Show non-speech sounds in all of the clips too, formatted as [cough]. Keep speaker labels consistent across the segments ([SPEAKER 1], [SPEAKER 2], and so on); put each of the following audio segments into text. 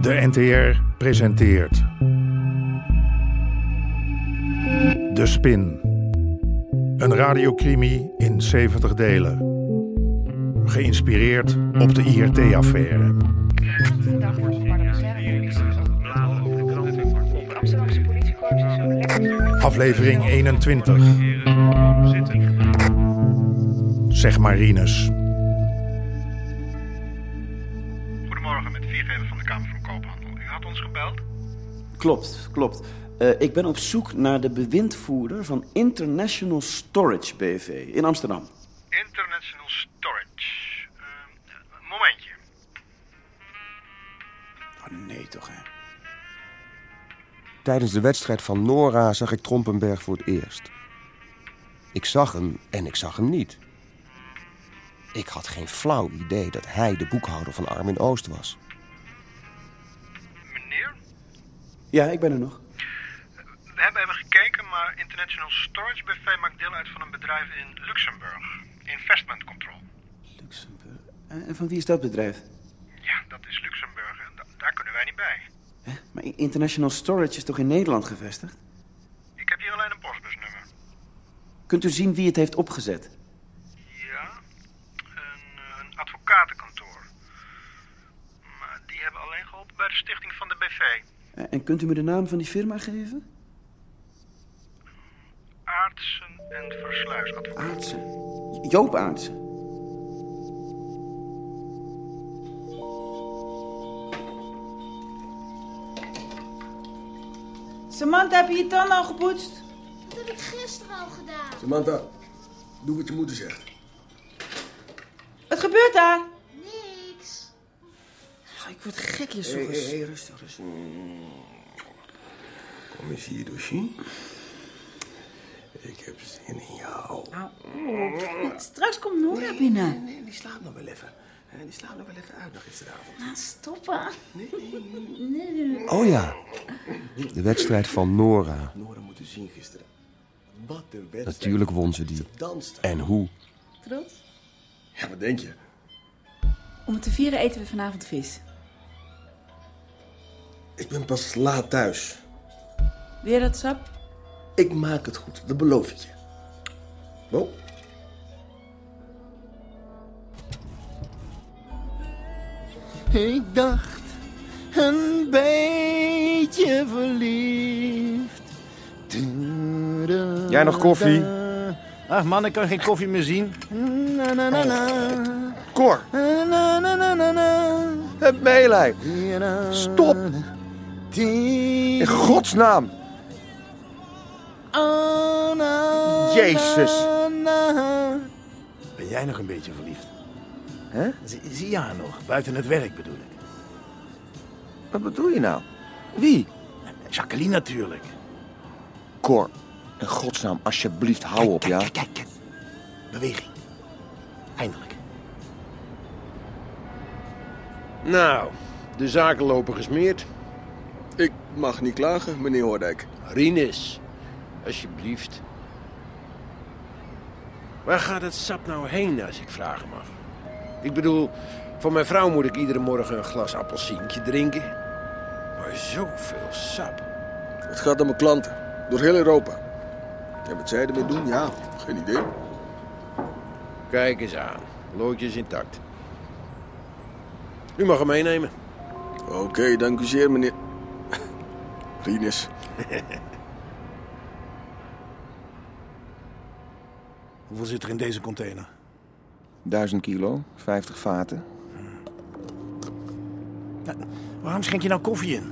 [SPEAKER 1] De NTR presenteert. De Spin. Een radiocrimi in 70 delen. Geïnspireerd op de IRT-affaire.
[SPEAKER 2] Dag voor de De Amsterdamse politiekorps is zo lekker.
[SPEAKER 1] Aflevering 21. Zeg maar Rinus.
[SPEAKER 3] Goedemorgen, met viergever van de Kamer van Koophandel. U had ons gebeld?
[SPEAKER 4] Klopt, klopt. Eh, ik ben op zoek naar de bewindvoerder van International Storage BV in Amsterdam.
[SPEAKER 3] International Storage. Eh, momentje.
[SPEAKER 4] Oh, nee toch, hè?
[SPEAKER 5] Tijdens de wedstrijd van Nora zag ik Trompenberg voor het eerst. Ik zag hem en ik zag hem niet. Ik had geen flauw idee dat hij de boekhouder van Armin Oost was.
[SPEAKER 3] Meneer?
[SPEAKER 4] Ja, ik ben er nog.
[SPEAKER 3] We hebben even gekeken, maar International Storage BV maakt deel uit van een bedrijf in Luxemburg. Investment Control.
[SPEAKER 4] Luxemburg. Eh, En van wie is dat bedrijf?
[SPEAKER 3] Ja, dat is Luxemburg, hè. Da- daar kunnen wij niet bij.
[SPEAKER 4] Hè? Maar I- International Storage is toch in Nederland gevestigd?
[SPEAKER 3] Ik heb hier alleen een postbusnummer.
[SPEAKER 4] Kunt u zien wie het heeft opgezet?
[SPEAKER 3] Ja, een, eh, een advocatenkantoor. Maar die hebben alleen geholpen bij de stichting van de BV.
[SPEAKER 4] Eh, En kunt u me de naam van die firma geven?
[SPEAKER 3] Aartsen en Versluisadvocaten.
[SPEAKER 4] Aartsen. J- Joop Aartsen.
[SPEAKER 6] Samantha, heb je je tanden al gepoetst?
[SPEAKER 7] Dat heb ik gisteren al gedaan.
[SPEAKER 8] Samantha, doe wat je moeder zegt.
[SPEAKER 6] Wat gebeurt daar?
[SPEAKER 7] Niks.
[SPEAKER 6] Oh, ik word gek hier zo. rustig, rustig.
[SPEAKER 8] Kom eens hier, Doshi. Ik heb zin in jou.
[SPEAKER 6] Straks komt Nora binnen.
[SPEAKER 8] Nee, die slaapt nog wel even. Eh, Die slaapt nog wel even uit nog gisteravond.
[SPEAKER 6] Stoppen.
[SPEAKER 5] Oh ja, de wedstrijd van Nora.
[SPEAKER 8] Nora moeten zien gisteren. Wat een wedstrijd.
[SPEAKER 5] Natuurlijk won ze die.
[SPEAKER 8] Ze danste.
[SPEAKER 5] En hoe?
[SPEAKER 6] Trots.
[SPEAKER 8] Ja, wat denk je?
[SPEAKER 9] Om het te vieren eten we vanavond vis.
[SPEAKER 8] Ik ben pas laat thuis.
[SPEAKER 9] Weer dat sap?
[SPEAKER 8] Ik maak het goed, dat beloof ik je. Bo?
[SPEAKER 10] Ik dacht een beetje verliefd. Tudu-
[SPEAKER 5] Jij nog koffie?
[SPEAKER 10] Eh, Ach man, ik kan geen koffie meer zien. Na, na, na,
[SPEAKER 5] Oh.
[SPEAKER 10] na.
[SPEAKER 5] Cor,
[SPEAKER 10] Na, na, na, na, na.
[SPEAKER 5] het meelij. Stop.
[SPEAKER 10] Die-
[SPEAKER 5] In godsnaam.
[SPEAKER 10] Ah, na,
[SPEAKER 5] Jezus.
[SPEAKER 10] na, na.
[SPEAKER 11] Ben jij nog een beetje verliefd?
[SPEAKER 5] Hè?
[SPEAKER 11] Zie, zie je haar nog? Buiten het werk bedoel ik.
[SPEAKER 5] Wat bedoel je nou? Wie?
[SPEAKER 11] Jacqueline natuurlijk.
[SPEAKER 5] Cor, in godsnaam, alsjeblieft, hou op, ja?
[SPEAKER 11] Kijk, kijk, kijk. Beweging. Eindelijk.
[SPEAKER 10] Nou, de zaken lopen gesmeerd.
[SPEAKER 8] Ik mag niet klagen, meneer Hoordijk.
[SPEAKER 10] Rinus, alsjeblieft. Waar gaat het sap nou heen, als ik vragen mag? Ik bedoel, van mijn vrouw moet ik iedere morgen een glas appelsientje drinken. Maar zoveel sap.
[SPEAKER 8] Het gaat om mijn klanten, door heel Europa. En wat zij ermee doen, ja, geen idee.
[SPEAKER 10] Kijk eens aan, loodje is intact. U mag hem meenemen.
[SPEAKER 8] Oké, dank u zeer, meneer... [laughs] Rinus.
[SPEAKER 11] Hoeveel zit er in deze container?
[SPEAKER 5] 1000 kilo, 50 vaten.
[SPEAKER 11] Waarom schenk je nou koffie in?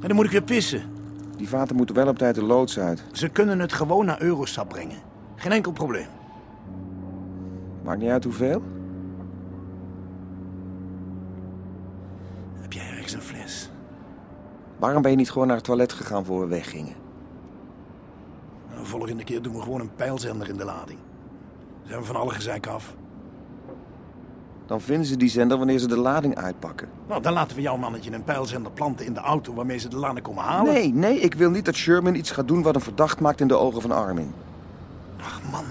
[SPEAKER 11] En dan moet ik weer pissen.
[SPEAKER 5] Die vaten moeten wel op tijd de loods uit.
[SPEAKER 11] Ze kunnen het gewoon naar Eurosap brengen. Geen enkel probleem.
[SPEAKER 5] Maakt niet uit hoeveel.
[SPEAKER 11] Heb jij ergens een fles?
[SPEAKER 5] Waarom ben je niet gewoon naar het toilet gegaan voor we weggingen?
[SPEAKER 11] Nou, de volgende keer doen we gewoon een pijlzender in de lading. Dan zijn we van alle gezeik af.
[SPEAKER 5] Dan vinden ze die zender wanneer ze de lading uitpakken.
[SPEAKER 11] Nou, dan laten we jouw mannetje een pijlzender planten in de auto waarmee ze de lading komen halen.
[SPEAKER 5] Nee, nee, ik wil niet dat Sherman iets gaat doen wat hem verdacht maakt in de ogen van Armin.
[SPEAKER 11] Ach man,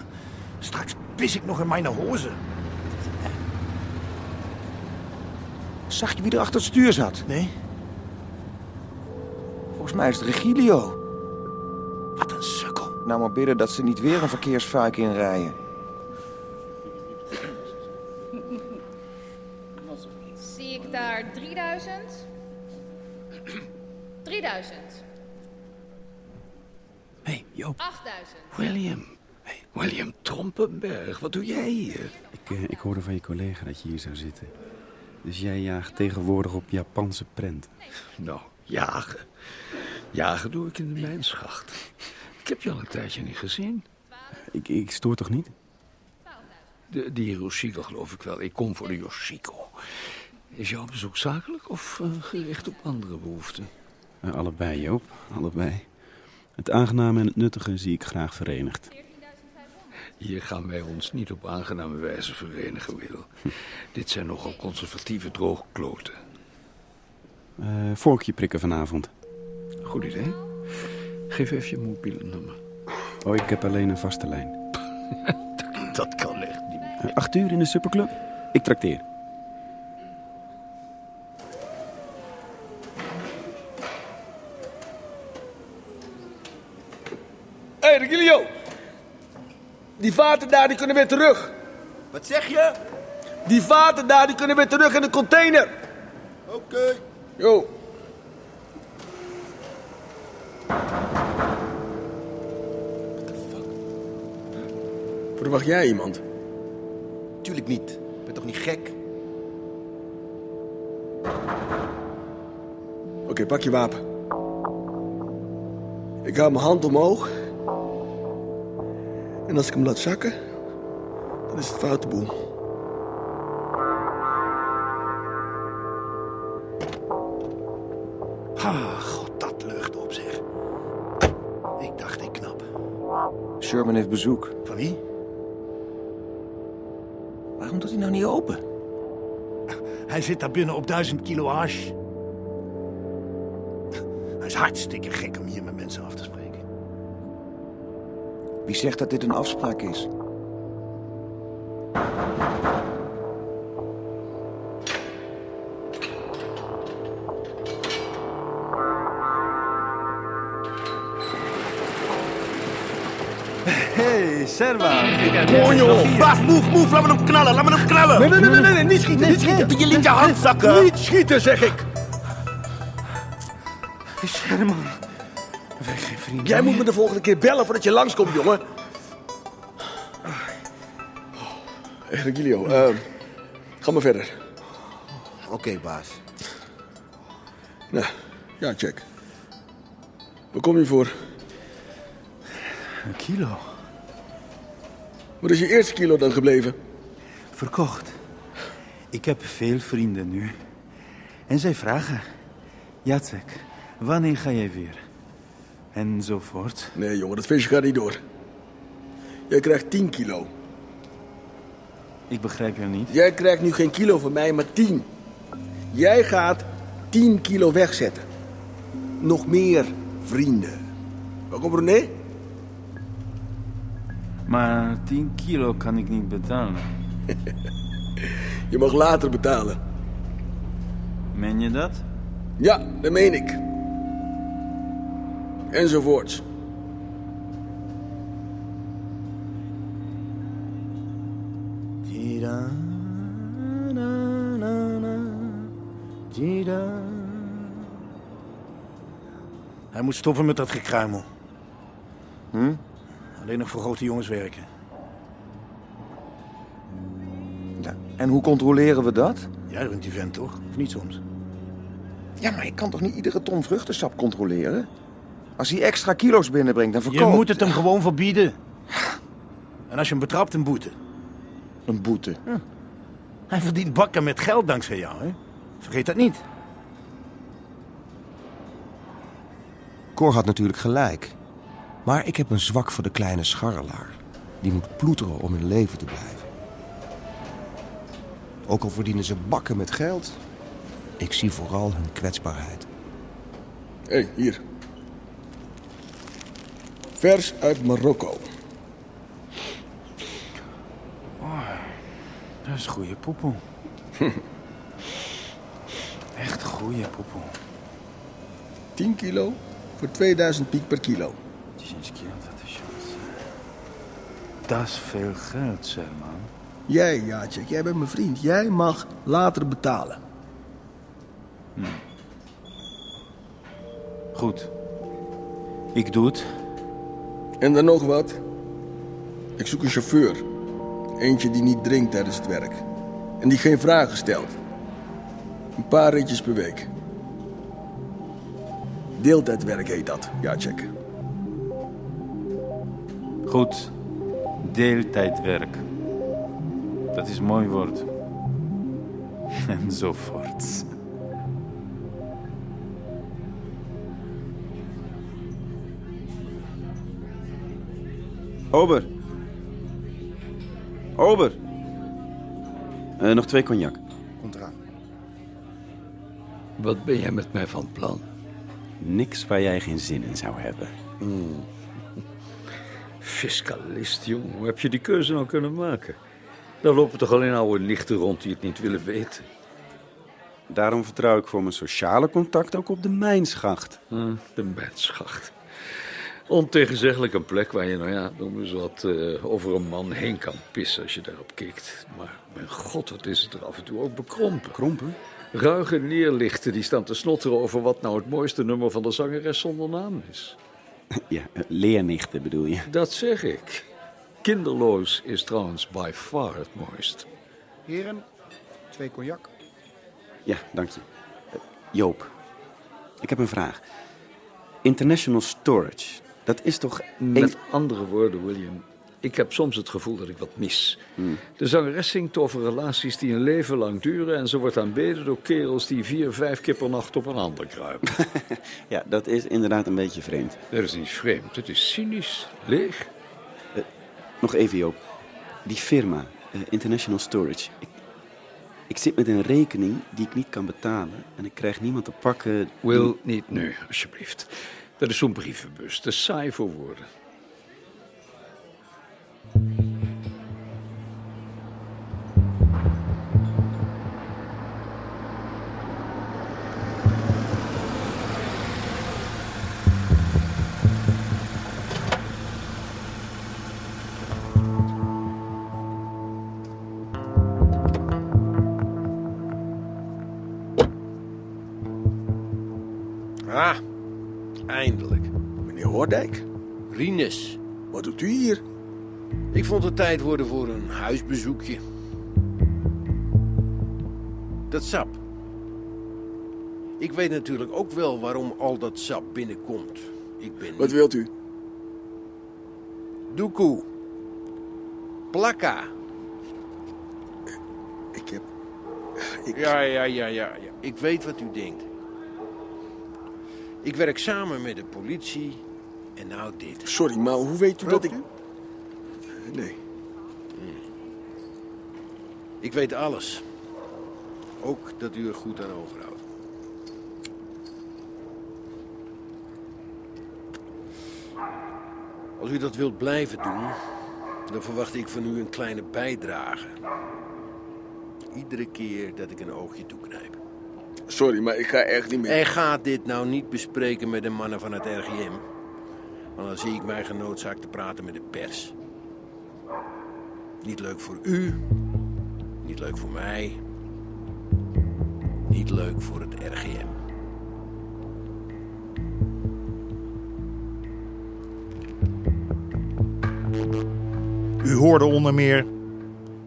[SPEAKER 11] straks pis ik nog in mijn hozen.
[SPEAKER 5] Zag je wie er achter het stuur zat?
[SPEAKER 11] Nee?
[SPEAKER 5] Volgens mij is het Regilio.
[SPEAKER 12] Wat een sukkel.
[SPEAKER 5] Nou maar bidden dat ze niet weer een verkeersfuik inrijden.
[SPEAKER 6] Zie ik daar 3000? 3000.
[SPEAKER 13] Hé, hey, Joop.
[SPEAKER 6] 8000.
[SPEAKER 13] William. Hey, William Trompenberg, wat doe jij hier?
[SPEAKER 4] Ik, eh, ik hoorde van je collega dat je hier zou zitten. Dus jij jaagt tegenwoordig op Japanse prenten.
[SPEAKER 13] Nou, jagen. Jagen doe ik in de mijnschacht. Ik heb je al een tijdje niet gezien.
[SPEAKER 4] Ik, ik stoor toch niet?
[SPEAKER 13] De, de Hiroshiko geloof ik wel. Ik kom voor de Yoshiko. Is jouw bezoek zakelijk of eh, gericht op andere behoeften?
[SPEAKER 4] Eh, allebei, Joop. Allebei. Het aangename en het nuttige zie ik graag verenigd.
[SPEAKER 13] Hier gaan wij ons niet op aangename wijze verenigen, Wil. Dit zijn nogal conservatieve droogkloten.
[SPEAKER 4] Eh, vorkje prikken vanavond.
[SPEAKER 13] Goed idee. Geef even je mobiele nummer.
[SPEAKER 4] Oh, ik heb alleen een vaste lijn.
[SPEAKER 13] Dat kan echt niet.
[SPEAKER 4] Eh, acht uur in de superclub? Ik trakteer.
[SPEAKER 1] Hé, hey, Regilio. Die vaten daar, die kunnen weer terug.
[SPEAKER 14] Wat zeg je?
[SPEAKER 1] Die vaten daar, die kunnen weer terug in de container.
[SPEAKER 14] Oké.
[SPEAKER 1] Yo.
[SPEAKER 15] Verwacht jij iemand?
[SPEAKER 14] Tuurlijk niet. Ben toch niet gek?
[SPEAKER 15] Oké, pak je wapen. Ik hou mijn hand omhoog. En als ik hem laat zakken, dan is het foute boel.
[SPEAKER 16] Ah, god, dat lucht op zich. Ik dacht ik knap.
[SPEAKER 5] Sherman heeft bezoek.
[SPEAKER 16] Van wie?
[SPEAKER 5] Waarom doet hij nou niet open?
[SPEAKER 16] Hij zit daar binnen op duizend kilo hash. Hij is hartstikke gek om hier met mensen af te spreken.
[SPEAKER 5] Wie zegt dat dit een afspraak is?
[SPEAKER 14] Hey, Serva.
[SPEAKER 1] Bonjo. Baas, move, move. Laat me hem knallen, laat me hem knallen. Nee, nee, nee, nee, nee. niet schieten, niet schieten. Je liet je hand zakken. Niet schieten, zeg ik.
[SPEAKER 14] Sherman.
[SPEAKER 1] Jij moet me de volgende keer bellen voordat je langskomt, jongen.
[SPEAKER 15] Hey, Regilio, Ah. eh, ga maar verder.
[SPEAKER 14] Oké, baas.
[SPEAKER 15] Nou, ja, check. Waar kom je voor?
[SPEAKER 14] Een kilo.
[SPEAKER 15] Wat is je eerste kilo dan gebleven?
[SPEAKER 14] Verkocht. Ik heb veel vrienden nu. En zij vragen. Jacek, wanneer ga jij weer? Enzovoort.
[SPEAKER 15] Nee, jongen, dat feestje gaat niet door. Jij krijgt 10 kilo.
[SPEAKER 14] Ik begrijp je niet.
[SPEAKER 15] Jij krijgt nu geen kilo van mij, maar 10. Jij gaat 10 kilo wegzetten. Nog meer vrienden. Waar komt René?
[SPEAKER 14] Maar 10 kilo kan ik niet betalen.
[SPEAKER 15] Je mag later betalen.
[SPEAKER 14] Meen je dat?
[SPEAKER 15] Ja, dat meen ik. Enzovoorts.
[SPEAKER 14] Tira, na, na, na, tira.
[SPEAKER 16] Hij moet stoppen met dat gekruimel.
[SPEAKER 5] Hm?
[SPEAKER 16] Alleen nog voor grote jongens werken.
[SPEAKER 5] En hoe controleren we dat?
[SPEAKER 16] Jij runt die vent toch? Of niet soms?
[SPEAKER 5] Ja, maar ik kan toch niet iedere ton vruchtensap controleren? Als hij extra kilo's binnenbrengt, dan verkoopt...
[SPEAKER 16] Je moet het hem gewoon verbieden. En als je hem betrapt, een boete.
[SPEAKER 5] Een boete?
[SPEAKER 16] Hij verdient bakken met geld dankzij jou, hè? Vergeet dat niet.
[SPEAKER 5] Cor had natuurlijk gelijk. Maar ik heb een zwak voor de kleine scharrelaar. Die moet ploeteren om in leven te blijven. Ook al verdienen ze bakken met geld, ik zie vooral hun kwetsbaarheid.
[SPEAKER 15] Hé, hier. Vers uit Marokko.
[SPEAKER 14] Dat is goede
[SPEAKER 17] [laughs]
[SPEAKER 14] poepoe. Echt goede poepoe.
[SPEAKER 15] 10 kilo
[SPEAKER 8] voor 2000 piek per kilo.
[SPEAKER 17] Dat is veel geld, zeg man.
[SPEAKER 8] Jij, Jacek, jij bent mijn vriend. Jij mag later betalen.
[SPEAKER 17] Goed. Ik doe het.
[SPEAKER 8] En dan nog wat. Ik zoek een chauffeur. Eentje die niet drinkt tijdens het werk. En die geen vragen stelt. Een paar ritjes per week. Deeltijdwerk heet dat, Jacek.
[SPEAKER 17] Goed. Deeltijdwerk. Dat is een mooi woord. Enzovoorts.
[SPEAKER 4] Ober. Ober. Eh, nog twee cognac.
[SPEAKER 5] Komt eraan.
[SPEAKER 13] Wat ben jij met mij van plan?
[SPEAKER 4] Niks waar jij geen zin in zou hebben.
[SPEAKER 13] Hmm. Fiscalist, jongen. Hoe heb je die keuze nou kunnen maken? Daar lopen toch alleen oude lichten rond die het niet willen weten?
[SPEAKER 4] Daarom vertrouw ik voor mijn sociale contact ook op de mijnschacht.
[SPEAKER 13] Hm, de menschacht. Ontegenzeggelijk een plek waar je, nou ja, noem eens wat, eh, over een man heen kan pissen als je daarop kikt. Maar mijn god, wat is het er af en toe ook bekrompen.
[SPEAKER 5] Krompen?
[SPEAKER 13] Ruige neerlichten die staan te snotteren over wat nou het mooiste nummer van de zangeres zonder naam is.
[SPEAKER 4] [laughs] Ja, eh, leernichten bedoel je.
[SPEAKER 13] Dat zeg ik. Kinderloos is trouwens by far het mooist.
[SPEAKER 5] Heren, twee cognac.
[SPEAKER 4] Ja, dank je. Eh, Joop, ik heb een vraag. International Storage, dat is toch...
[SPEAKER 13] Met andere woorden, William, ik heb soms het gevoel dat ik wat mis. De zangeres zingt over relaties die een leven lang duren... en ze wordt aanbeden door kerels die vier, vijf keer per nacht op een ander kruipen.
[SPEAKER 4] Ja, dat is inderdaad een beetje vreemd.
[SPEAKER 13] dat is niet vreemd, het is cynisch, leeg.
[SPEAKER 4] Nog even, Joop. Die firma, eh, International Storage. Ik, ik zit met een rekening die ik niet kan betalen. En ik krijg niemand te pakken.
[SPEAKER 13] Will, niet nu, alsjeblieft. Dat is zo'n brievenbus, te saai voor woorden.
[SPEAKER 10] Ah, eindelijk.
[SPEAKER 8] Meneer Hoordijk,
[SPEAKER 10] Rinus,
[SPEAKER 8] wat doet u hier?
[SPEAKER 10] ik vond het tijd worden voor een huisbezoekje. Dat sap. Ik weet natuurlijk ook wel waarom al dat sap binnenkomt. Ik ben
[SPEAKER 8] Wat wilt u?
[SPEAKER 10] Doekoe. Plakka.
[SPEAKER 8] Ik heb...
[SPEAKER 10] Ja, ja, ja, ja, ja. Ik weet wat u denkt. Ik werk samen met de politie. En nou dit.
[SPEAKER 8] Sorry, maar hoe weet u dat ik... Nee.
[SPEAKER 10] Hmm. Ik weet alles. Ook dat u er goed aan overhoudt. Als u dat wilt blijven doen, dan verwacht ik van u een kleine bijdrage. Iedere keer dat ik een oogje toeknijp.
[SPEAKER 8] Sorry, maar ik ga echt niet meer.
[SPEAKER 10] En ga dit nou niet bespreken met de mannen van het RGM. Want dan zie ik mij genoodzaakt te praten met de pers. Niet leuk voor u. Niet leuk voor mij. Niet leuk voor het RGM.
[SPEAKER 1] U hoorde onder meer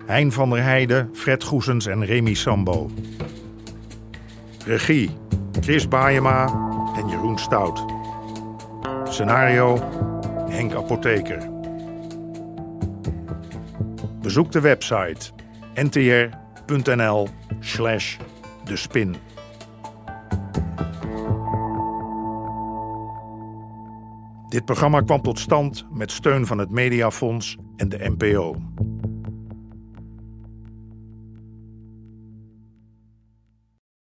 [SPEAKER 1] Hein van der Heijden, Fred Goesens en Remy Sambo. Regie Chris Baayema en Jeroen Stout. Scenario Henk Apotheker. Bezoek de website ntr.nl slash de spin. Dit programma kwam tot stand met steun van het Mediafonds en de NPO.